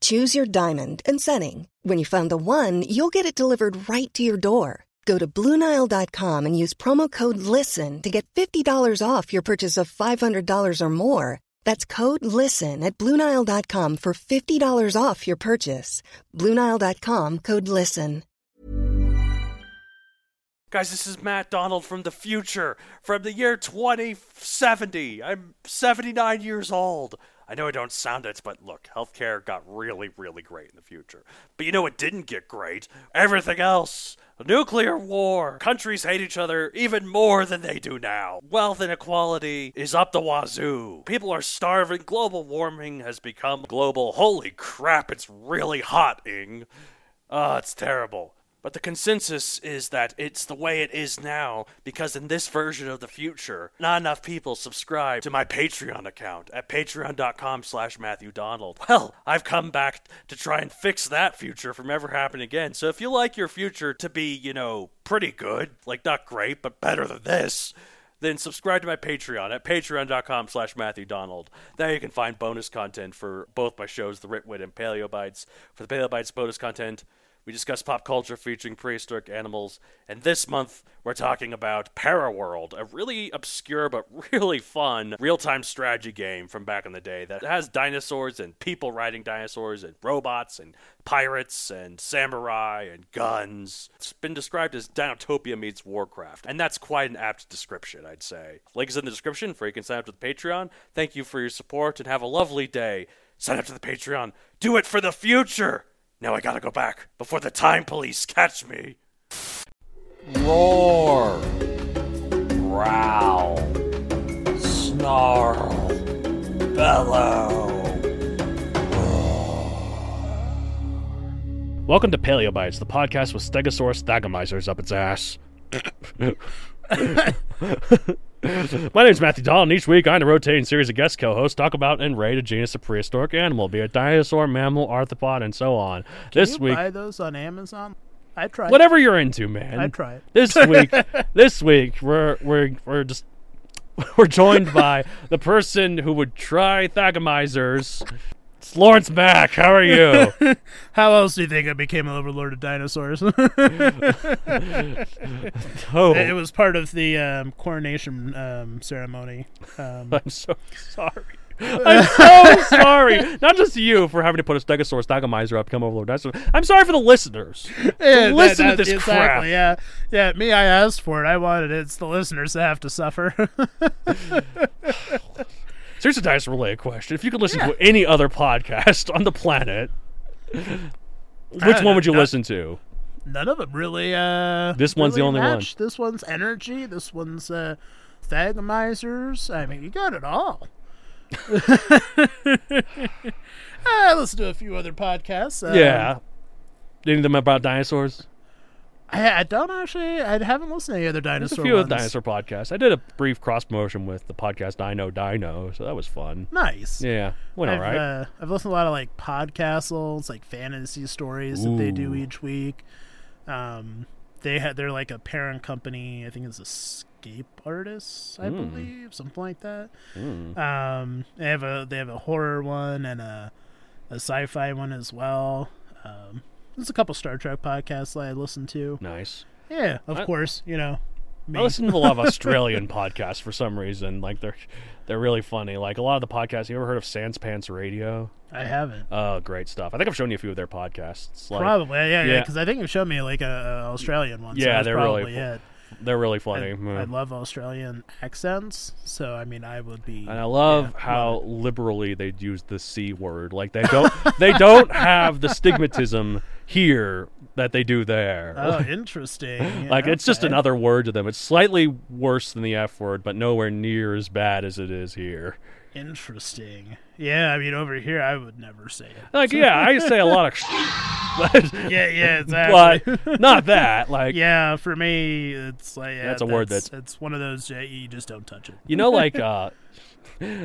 Choose your diamond and setting. When you find the one, you'll get it delivered right to your door. Go to Bluenile.com and use promo code LISTEN to get $50 off your purchase of $500 or more. That's code LISTEN at Bluenile.com for $50 off your purchase. Bluenile.com code LISTEN. Guys, this is Matt Donald from the future, from the year 2070. I'm 79 years old. I know I don't sound it, but look, healthcare got really, really great in the future. But you know it didn't get great? Everything else. A nuclear war. Countries hate each other even more than they do now. Wealth inequality is up the wazoo. People are starving. Global warming has become global. Holy crap, it's really hot, Ing. Ah, it's terrible. But the consensus is that it's the way it is now because in this version of the future, not enough people subscribe to my Patreon account at patreon.com slash Matthew Donald. Well, I've come back to try and fix that future from ever happening again. So if you like your future to be, you know, pretty good, like not great, but better than this, then subscribe to my Patreon at patreon.com slash Matthew Donald. There you can find bonus content for both my shows, The Ritwit and Paleobites. For the Paleobites bonus content, we discuss pop culture featuring prehistoric animals, and this month we're talking about Paraworld, a really obscure but really fun real time strategy game from back in the day that has dinosaurs and people riding dinosaurs and robots and pirates and samurai and guns. It's been described as Dinotopia meets Warcraft, and that's quite an apt description, I'd say. Link is in the description for you can sign up to the Patreon. Thank you for your support and have a lovely day. Sign up to the Patreon. Do it for the future! Now I gotta go back before the time police catch me. Roar. Growl. Snarl. Bellow. Welcome to Paleobites, the podcast with Stegosaurus Thagomizers up its ass. My name's Matthew Dahl, and each week I'm a rotating series of guest co-hosts talk about and rate a genus of prehistoric animal, be it dinosaur, mammal, arthropod, and so on. this you week, buy those on Amazon? I tried. whatever you're into, man. I'd try it. This week, this week we're we're we're just we're joined by the person who would try Thagomizers. It's Lawrence Mack. How are you? How else do you think I became an overlord of dinosaurs? Oh, it was part of the um, coronation um, ceremony. Um, I'm so sorry. I'm so sorry. Not just you for having to put a Stegosaurus Thagomizer up, come over dinosaur. I'm sorry for the listeners. yeah, that- listen to that- this exactly, crap. Yeah, yeah. Me, I asked for it. I wanted it. It's the listeners that have to suffer. So here's a dinosaur related question. If you could listen to any other podcast on the planet, which one Uh, would you listen to? None of them really. Uh, This one's the really only one. matched. This one's energy. This one's uh, thagomizers. I mean, you got it all. I Ah, listen to a few other podcasts. um, yeah. Any of them about dinosaurs? I, I don't actually. I haven't listened to any other There's dinosaur a few ones. of dinosaur podcasts. I did a brief cross promotion with the podcast Dino Dino, so that was fun. Nice. Yeah, went all I've, right. uh, I've listened to a lot of like podcastles, like fantasy stories that they do Ooh. each week. Um, they had they're like a parent company. I think it's Escape Artists, I Hmm. believe, something like that. Um, they have a they have a horror one and a a sci-fi one as well. Um, there's a couple Star Trek podcasts that I listen to. nice. Yeah, of I- course, you know. Me. I listen to a lot of Australian podcasts for some reason. Like they're they're really funny. Like a lot of the podcasts. You ever heard of Sans Pants Radio? I haven't. Oh, great stuff. I think I've shown you a few of their podcasts. Like, Probably, yeah, yeah, yeah. because I think you showed me like a, a Australian one. so Yeah, that's they're really probably fu- it. they're really I, funny. Mm. I love Australian accents, so I mean, I would be. and I love how liberally they use the c word. Like they don't they don't have the stigmatism here that they do there. Oh, interesting. Yeah, like it's just okay. another word to them. It's slightly worse than the f word, but nowhere near as bad as it is here. Interesting. Yeah, I mean, over here, I would never say it. Like, yeah, I say a lot of, but, Yeah, yeah, exactly. but not that. Like, yeah, for me, it's like yeah, That's a word that's it's one of those yeah, you just don't touch it. you know, like, uh,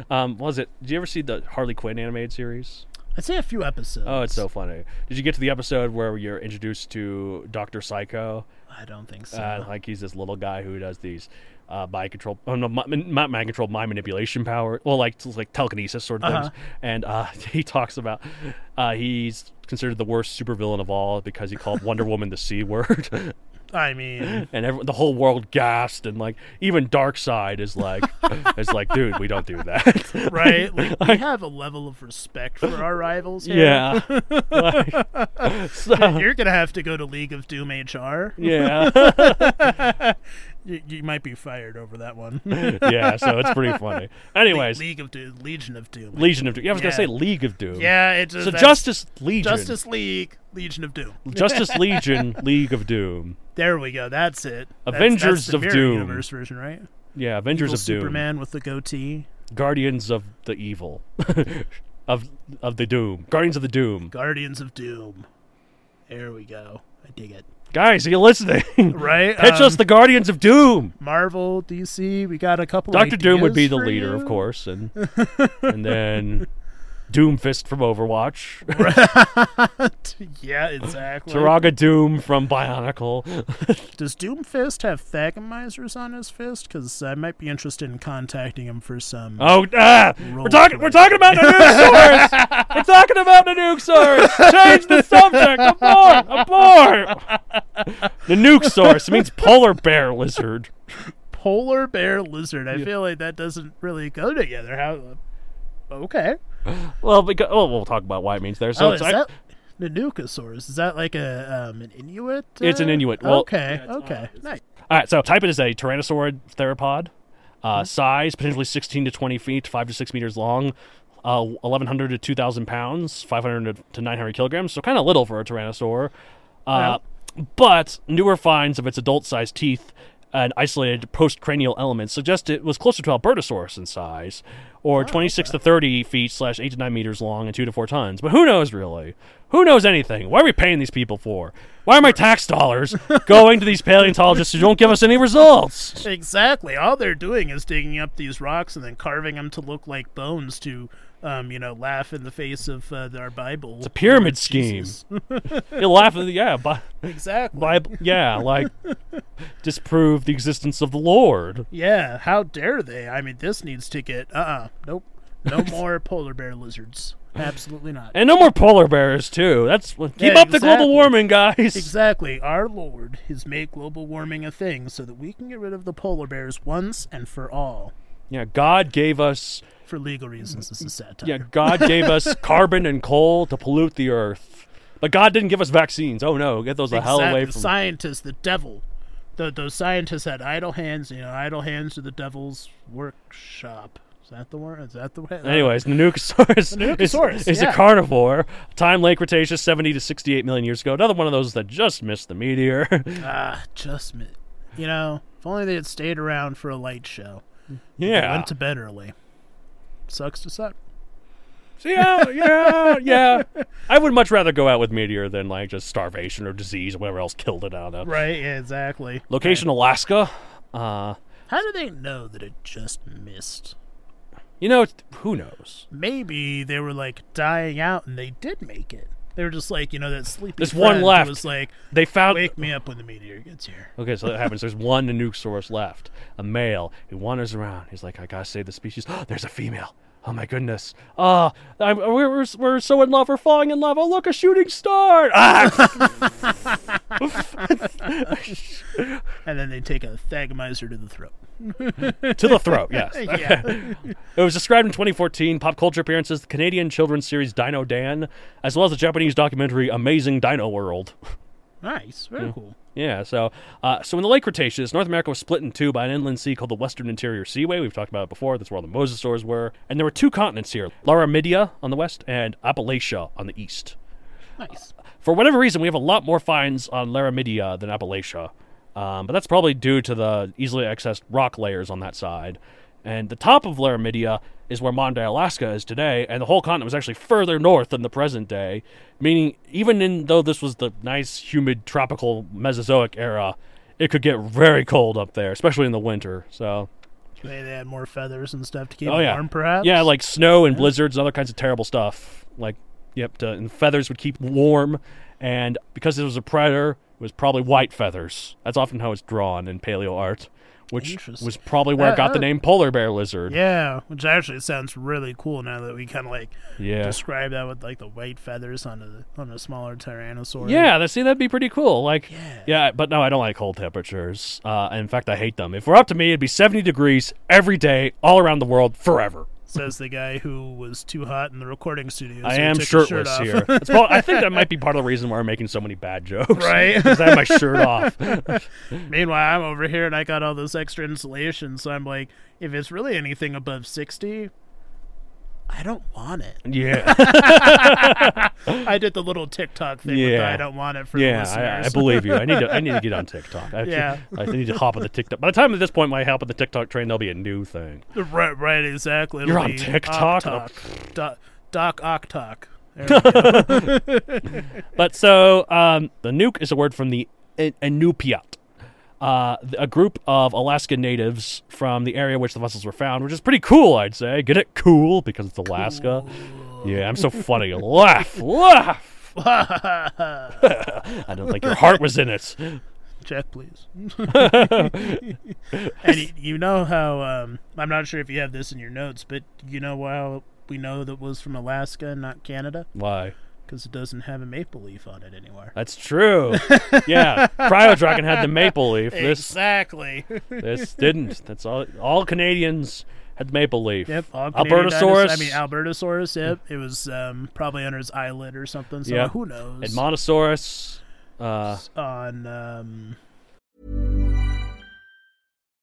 um, what was it? Did you ever see the Harley Quinn animated series? I'd say a few episodes. Oh, it's so funny. Did you get to the episode where you're introduced to Doctor Psycho? I don't think so. Uh, like he's this little guy who does these uh, mind control, oh, no, mi- not mind control, mind manipulation power. Well, like it's like telekinesis sort of Uh-huh. things. And uh, he talks about uh, he's considered the worst supervillain of all because he called Wonder Woman the c word, I mean, and everyone, the whole world gasped. And like even Darkseid is like, is like, dude, we don't do that. right? Like, we have a level of respect for our rivals. Here. yeah. Like, so, You're gonna have to go to League of Doom HR. yeah. You, you might be fired over that one. yeah, so it's pretty funny. Anyways, League of Doom, Legion of Doom. Legion of Doom. Yeah, I was gonna Yeah. say League of Doom. yeah, it's So Justice Legion. Justice League, Legion of Doom. Justice Legion, League of Doom. There we go. That's it. That's- Avengers that's the of Mirror Doom. Universe version, right? Yeah, Avengers Evil of Doom. Superman with the goatee. Guardians of the Evil. of of the Doom. Guardians of the Doom. Guardians of Doom. There we go. I dig it. Guys, are you listening? Right? Pitch us um, the Guardians of Doom. Marvel, DC. We got a couple. Doctor Doom would be ideas the for leader, you. of course, and and then Doomfist from Overwatch, yeah, exactly. Taraga Doom from Bionicle. Does Doomfist have Thagamizers on his fist? Because I might be interested in contacting him for some. Oh, ah, we're Roll talking. We're talking about Nanuxaurus. we're talking about Nanuxaurus. Change the subject. Abort. Abort. Nanuxaurus means polar bear lizard. polar bear lizard. I feel like that doesn't really go together. How? Okay. Well, because oh, we'll talk about why it means there. So oh, it's, is I- that Nanukosaurus? Is that like a um, an Inuit? It's an Inuit. Well- okay. okay. nice. all right. So type it as a Tyrannosaurid theropod. Mm-hmm. Uh, Size potentially 16 to 20 feet, five to six meters long. Uh, 1100 to 2000 pounds, 500 to- to 900 kilograms. So kind of little for a tyrannosaur. Uh, But newer finds of its adult-sized teeth and isolated postcranial elements suggest it was closer to Albertosaurus in size, Oh, or 26 to 30 feet slash 8 to 9 meters long and 2 to 4 tons. But who knows, really? Who knows anything? What are we paying these people for? Why are my tax dollars going to these paleontologists who don't give us any results? Exactly. All they're doing is digging up these rocks and then carving them to look like bones to, um, you know, laugh in the face of uh, our Bible. It's a pyramid scheme. You laugh at the, yeah, but. exactly. Bible, yeah, like disprove the existence of the Lord. Yeah. How dare they? I mean, this needs to get. Uh. uh Nope. No more polar bear lizards. Absolutely not. And no more polar bears too. That's keep Yeah, up the global exactly. warming, guys. Exactly. Our Lord has made global warming a thing so that we can get rid of the polar bears once and for all. Yeah, God gave us For legal reasons, this is satire. yeah, God gave us carbon and coal to pollute the earth. But God didn't give us vaccines. Oh no, get those the hell Exactly. away The from scientists, the devil. Tho- those scientists had idle hands. You know, idle hands are the devil's workshop. Is that the word? Is that the word? Anyways, Nanucosaurus, Nanucosaurus, is, is yeah. a carnivore. Time Lake Cretaceous, 70 to 68 million years ago. Another one of those that just missed the meteor. Ah, just mi- You know, if only they had stayed around for a light show. They yeah. Went to bed early. Sucks to suck. yeah, yeah, yeah. I would much rather go out with meteor than like just starvation or disease or whatever else killed it out of. Right, yeah, exactly. Location Alaska. Uh, How do they know that it just missed? you know, it's- who knows? maybe they were like dying out and they did make it. They were just like, you know, that sleepy. There's one friend who left. Was like, They found wake me up when the meteor gets here. Okay, so that happens. There's one nuke source left, a male. He wanders around. He's like, I gotta save the species. There's a female. Oh my goodness. Ah, I'm we're, we're, we're so in love. We're falling in love. Oh, look, a shooting star. Ah! And then they take a thagamizer to the throat. to the throat, yes. Yeah. It was described in 2014 pop culture appearances, the Canadian children's series Dino Dan, as well as the Japanese documentary Amazing Dino World. nice. Very cool. Yeah, so uh, so in the late Cretaceous, North America was split in two by an inland sea called the Western Interior Seaway. We've talked about it before. That's where all the mosasaurs were, and there were two continents here: Laramidia on the west and Appalachia on the east. Nice. For whatever reason, we have a lot more finds on Laramidia than Appalachia, um, but that's probably due to the easily accessed rock layers on that side. And the top of Laramidia is where Monday, Alaska is today, and the whole continent was actually further north than the present day, meaning even in though this was the nice, humid, tropical Mesozoic era, it could get very cold up there, especially in the winter. So, They, they had more feathers and stuff to keep oh yeah, warm, perhaps. yeah, like snow and blizzards and other kinds of terrible stuff. Like, yep, to, and feathers would keep warm, and because it was a predator, it was probably white feathers. That's often how it's drawn in paleo art, which Interesting. was probably where it That- got the that- name polar bear lizard. Yeah, which actually sounds really cool now that we kind of like yeah. describe that with like the white feathers on a on a smaller tyrannosaur. Yeah, that, see, that'd be pretty cool. Like, yeah. but no, I don't like cold temperatures. Uh, in fact, I hate them. If we're up to me, it'd be 70 degrees every day, all around the world, forever. says the guy who was too hot in the recording studio. I so he am took his shirt shirtless off. here. It's prob- I think that might be part of the reason why I'm making so many bad jokes. Right. Because I have my shirt off. Meanwhile, I'm over here and I got all this extra insulation, so I'm like, if it's really anything above sixty, I don't want it. Yeah. I did the little TikTok thing. with the, Yeah. I don't want it for the Yeah, I, listeners. I believe you. I need to. I need to get on TikTok. I, Yeah. I need to hop on the TikTok. By the time at this point, my hop on the TikTok train, there'll be a new thing. Right, right, exactly. You're It'll on be TikTok? Oh. Oktok. Doc, Doc Oktok. There we go. But so um, the nuke is a word from the I- Inupiat, uh, th- a group of Alaska natives from the area which the vessels were found, which is pretty cool, I'd say. Get it cool because it's Alaska. Yeah, I'm so funny. laugh, laugh. I don't think your heart was in it. Check, please. and you, you know how um, I'm not sure if you have this in your notes, but you know how we know that was from Alaska and not Canada Why? because it doesn't have a maple leaf on it anymore. That's true. Yeah, Cryo Dragon had the maple leaf. This Exactly. this didn't. That's all. All Canadians had maple leaf. yep. All Canadian Albertosaurus. dinos- I mean, Albertosaurus. Yep. It was um, probably under his eyelid or something. So Yep. who knows? and Montosaurus. Uh, on um,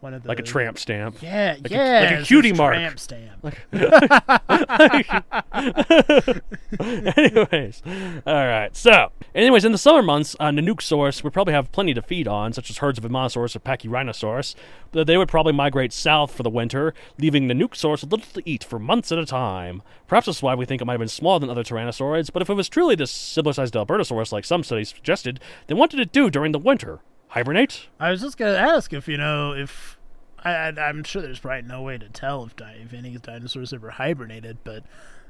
One of the like a tramp stamp. Yeah, Like a- yeah. like a it's cutie this mark. Tramp stamp. anyways, all right. So, anyways, in the summer months, uh, Nanooksaurus would probably have plenty to feed on, such as herds of Imanosaurus or Pachyrhinosaurus, but they would probably migrate south for the winter, leaving Nanooksaurus with little to eat for months at a time. Perhaps that's why we think it might have been smaller than other tyrannosaurids, but if it was truly this similar-sized Albertosaurus, like some studies suggested, then what did it do during the winter? Hibernate? I was just gonna ask if you know if I, I I'm sure there's probably no way to tell if di- if any dinosaurs ever hibernated, but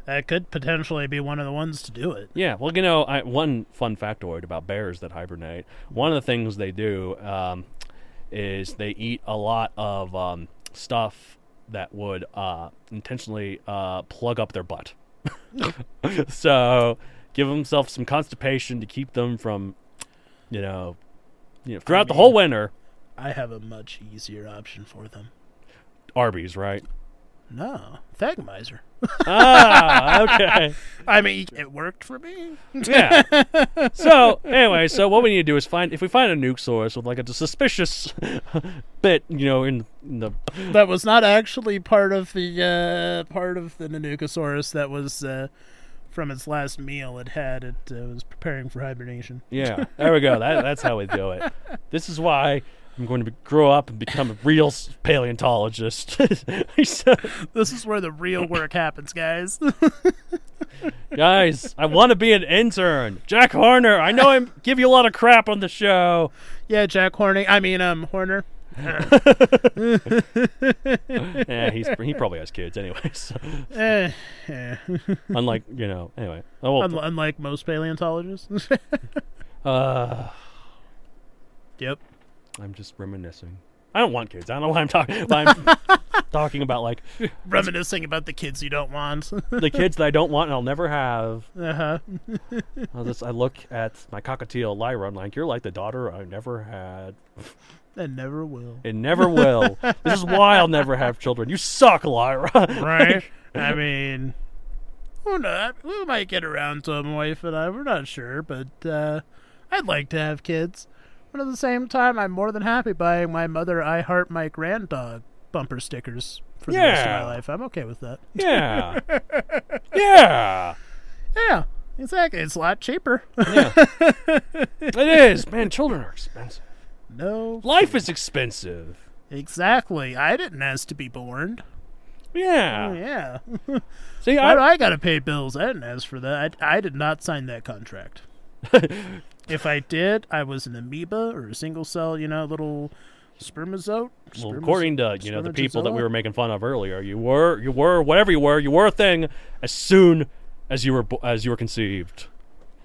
that could potentially be one of the ones to do it. Yeah, well, you know, I, one fun factoid about bears that hibernate. One of the things they do um, is they eat a lot of um, stuff that would uh, intentionally uh, plug up their butt. so, give themselves some constipation to keep them from, you know, you know, throughout the whole winter. I have a much easier option for them. Arby's, right? No, Thagmizer. ah, okay. I mean, it worked for me. Yeah. so anyway, so what we need to do is find if we find a nuke source with like a suspicious bit, you know, in, in the That was not actually part of the uh, part of the Nanukosaurus. That was uh, from its last meal it had. It uh, was preparing for hibernation. yeah. There we go. That, that's how we do it. This is why I'm going to be, grow up and become a real s- paleontologist. So, This is where the real work happens, guys. guys, I want to be an intern. Jack Horner. I know I give you a lot of crap on the show. yeah, Jack Horning. I mean, um, Horner. Yeah, Eh, he's he probably has kids anyway. So, Eh, eh. unlike you know, anyway. Oh, well, Un- unlike most paleontologists. uh, yep. I'm just reminiscing. I don't want kids. I don't know why I'm talking. Why I'm talking about like Reminiscing about the kids you don't want. the kids that I don't want and I'll never have. uh huh. I just I look at my cockatiel Lyra. I'm like, you're like the daughter I never had And never will. and never will. this is why I'll never have children. You suck, Lyra. Right? I mean, who knows? We might get around to it, my wife and I. We're not sure, but uh, I'd like to have kids. But at the same time, I'm more than happy buying my mother I Heart My Grand Dog bumper stickers for the rest of Yeah. my life. I'm okay with that. yeah. Yeah. Yeah, exactly. It's a lot cheaper. It is. Man, children are expensive. no. Life is expensive. Exactly. I didn't ask to be born. Oh, Yeah. Yeah. See, Why I, do I gotta pay bills? I didn't ask for that. I, I did not sign that contract. if I did, I was an amoeba or a single cell, you know, little Well, spermazote. spermazo- according to you know the people that we spermatozoa? were making fun of earlier, you were you were whatever you were, you were a thing as soon as you were bo- as you were conceived.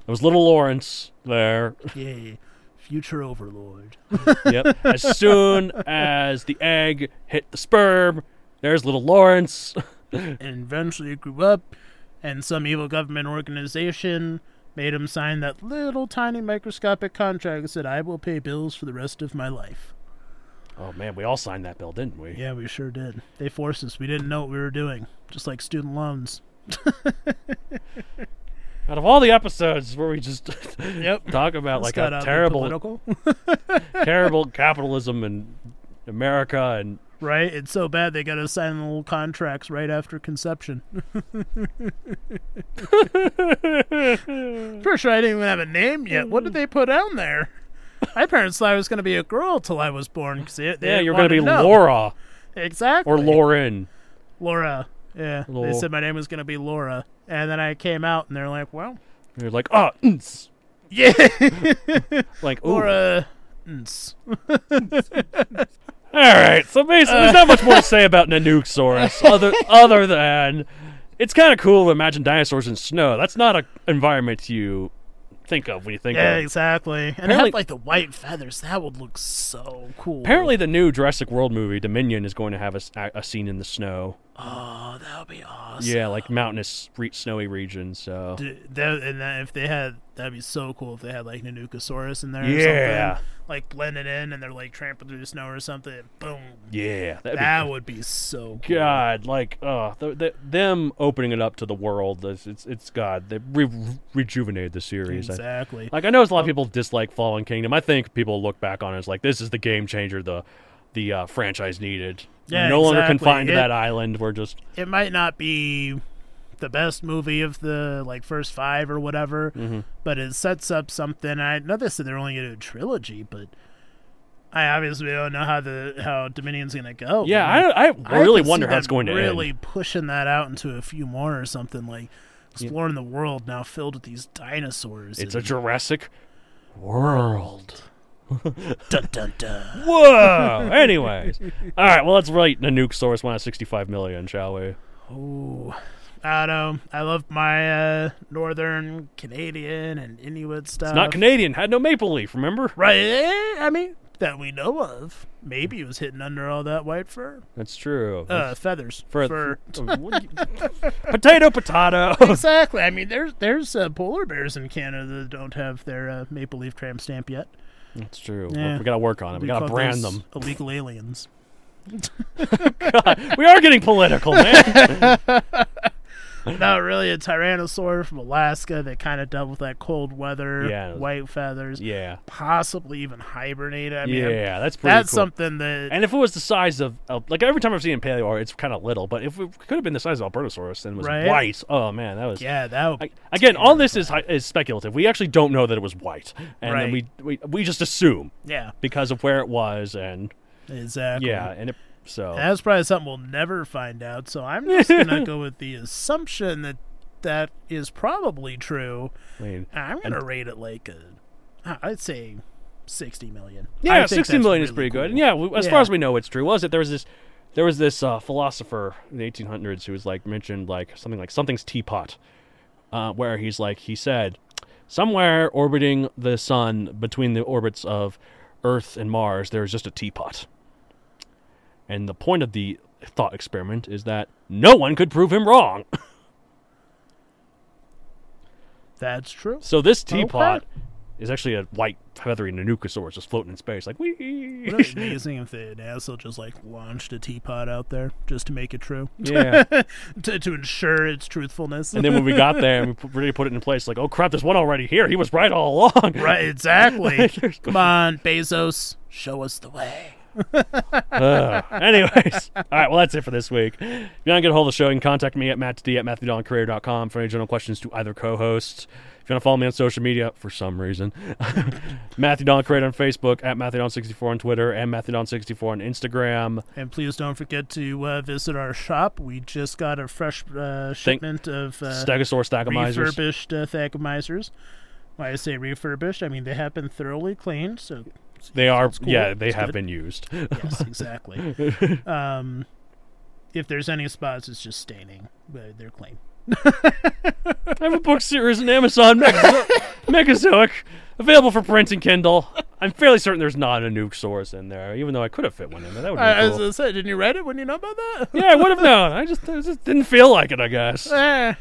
There was little Lawrence there. Yay, future overlord. Yep. as soon as the egg hit the sperm, there's little Lawrence. and eventually it grew up, and some evil government organization made him sign that little tiny microscopic contract that said, I will pay bills for the rest of my life. Oh man, we all signed that bill, didn't we? Yeah, we sure did. They forced us. We didn't know what we were doing, just like student loans. Out of all the episodes where we just talk about like Got out a of the terrible, political. terrible capitalism in America and Right? It's so bad they got to sign little contracts right after conception. Pretty sure I didn't even have a name yet. What did they put down there? My parents thought I was going to be a girl till I was born. 'cause they, they yeah, didn't you're gonna want be to know. Laura Exactly. or Lauren. Laura. Yeah. Lor- They said my name was going to be Laura. And then I came out and they're like, well, You're like, oh, mm, yeah, like ooh. Laura. Nts. All right, so basically, there's not much more to say about Nanooksaurus other other than it's kind of cool to imagine dinosaurs in snow. That's not an environment you think of when you think Yeah, of. exactly. And Apparently- have like the white feathers. That would look so cool. Apparently, the new Jurassic World movie, Dominion, is going to have a, s- a- a scene in the snow. Oh, that would be awesome. Yeah, like mountainous, re- snowy regions. So D- that, and that, if they had, that'd be so cool if they had like Nanukosaurus in there. or Yeah. something, like blended in, and they're like tramping through the snow or something. And boom, yeah, that'd that would be so be, cool. God, like, uh, th th them opening it up to the world. It's it's, it's God. They re- rejuvenated the series. I- exactly. Like I know a lot of people dislike Fallen Kingdom. I think people look back on it as like this is the game changer the the uh, franchise needed. Yeah, no longer exactly. confined to It- that island. We're just it might not be the best movie of the like first five or whatever, Mm-hmm. but it sets up something. I know they said they're only gonna do a trilogy, but I obviously don't know how the how Dominion's gonna go. yeah. but- I, I really could wonder see how it's them going to really end. pushing that out into a few more or something like exploring the world now filled with these dinosaurs. It's a and- Jurassic World. dun, dun, dun. Whoa. Anyways, all right. Well, let's write the nuke source one at sixty-five million, shall we? I don't know. I love my uh, northern Canadian and Inuit stuff. Not Canadian. Had no maple leaf. Remember? Uh, right? eh, I mean, that we know of. Maybe it was hidden under all that white fur, That's true. uh, feathers, For- fur. What do you- potato, potato. Exactly. I mean, there's there's uh, polar bears in Canada that don't have their uh, maple leaf tramp stamp yet. That's true. Yeah. We gotta work on it. We, gotta call brand those them. illegal aliens. we are getting political, man. Not really a tyrannosaur from Alaska that kind of dealt with that cold weather, Yeah. white feathers, yeah. possibly even hibernated. I mean, Yeah, that's pretty that's cool. something that And if it was the size of, of like every time I've seen a paleo, it's kind of little. But if it could have been the size of Albertosaurus and was Right? white, oh man, that was. yeah, that would I, again, all this is hi- is speculative. We actually don't know that it was white, and then we, Right. we we just assume yeah, because of where it was, and exactly. yeah, and it, so That's probably something we'll never find out. So I'm just gonna go with the assumption that that is probably true. I mean, And I'm gonna rate it like a, I'd say, sixty million. I yeah, think sixteen that's million is really pretty good. cool. And yeah, we, as Yeah. far as we know, it's true. Was it there was this there was this uh, philosopher in the eighteen hundreds who was like mentioned like something like something's teapot, uh, where he's like he said somewhere orbiting the sun between the orbits of Earth and Mars, there is just a teapot. And the point of the thought experiment is that no one could prove him wrong. That's true. So this teapot is actually a white feathery nanukosaurus just floating in space, like wee. It'd be amazing if the NASA just like launched a teapot out there just to make it true, yeah. to, to ensure its truthfulness. And then when we got there and we put- really put it in place, like, oh crap, there's one already here. He was right all along. right, exactly. Come on, Bezos, show us the way. Ugh. anyways, all right, well, that's it for this week. If you want to get a hold of the show, you can contact me at mattd at matthewdoncareer.com for any general questions to either co host. If you want to follow me on social media for some reason, Matthew Don Creator on Facebook, at MatthewDon64 on Twitter, and MatthewDon64 on Instagram. And please don't forget to uh, visit our shop. We just got a fresh uh, shipment of uh, Stegosaurus Stagomizers. refurbished uh, Thagomizers. Why I say refurbished, I mean they have been thoroughly cleaned. So They are, cool. yeah, they It's have good. been used. yes, exactly. um, if there's any spots, it's just staining. But they're clean. I have a book series on Amazon, Megazo- Megazoic, available for print and Kindle. I'm fairly certain there's not a nuke source in there, even though I could have fit one in there. That would I, I have was cool. gonna say, didn't you read it? When you know about that? Yeah, I would have known. I just, I just didn't feel like it, I guess.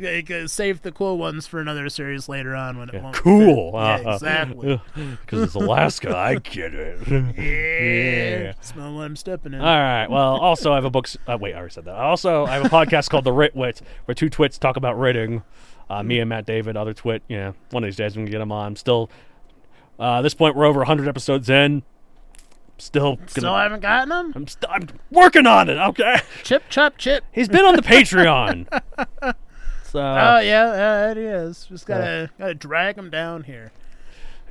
Eh, they could save the cool ones for another series later on when it won't. fit. Cool. Uh-huh. Yeah, exactly. Because it's Alaska. I get it. yeah. Smell what I'm stepping in. All right. Well, also I have a book. Uh, wait, I already said that. Also, I have a podcast called The Rit Wit, where two twits talk about writing. Uh, me and Matt David, other twit. You know, one of these days we can get him on. Still, uh, at this point we're over 100 episodes in. Still, gonna, Still haven't gotten them. I'm, st- I'm working on it. Okay. Chip, chop, chip. He's been on the Patreon. So Oh yeah, yeah, it is. Just gotta gotta drag him down here.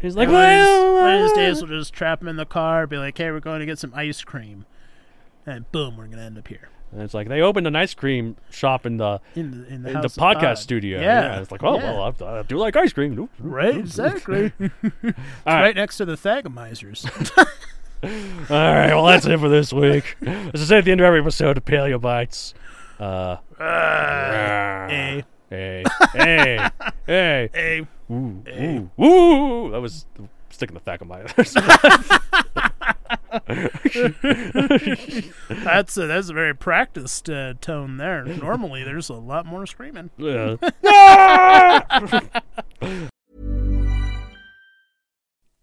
he's like, one, of these, well, uh." one of these days we'll just trap him in the car, be like, "Hey, we're going to get some ice cream," and boom, we're gonna end up here And it's like they opened an ice cream shop in the in the in the, in the house of podcast Pod. studio. uh, Yeah, it's like, oh yeah. well, I, I do like ice cream. Oop. right, exactly. It's right. right next to the Thagomizers. All right, well that's it for this week. This is at the end of every episode of Paleobites. Uh, eh. hey, hey, hey, hey, hey, Eh. ooh, ooh, ooh! That was sticking the back of my. that's a, that's a very practiced uh, tone there. Normally, there's a lot more screaming. Yeah.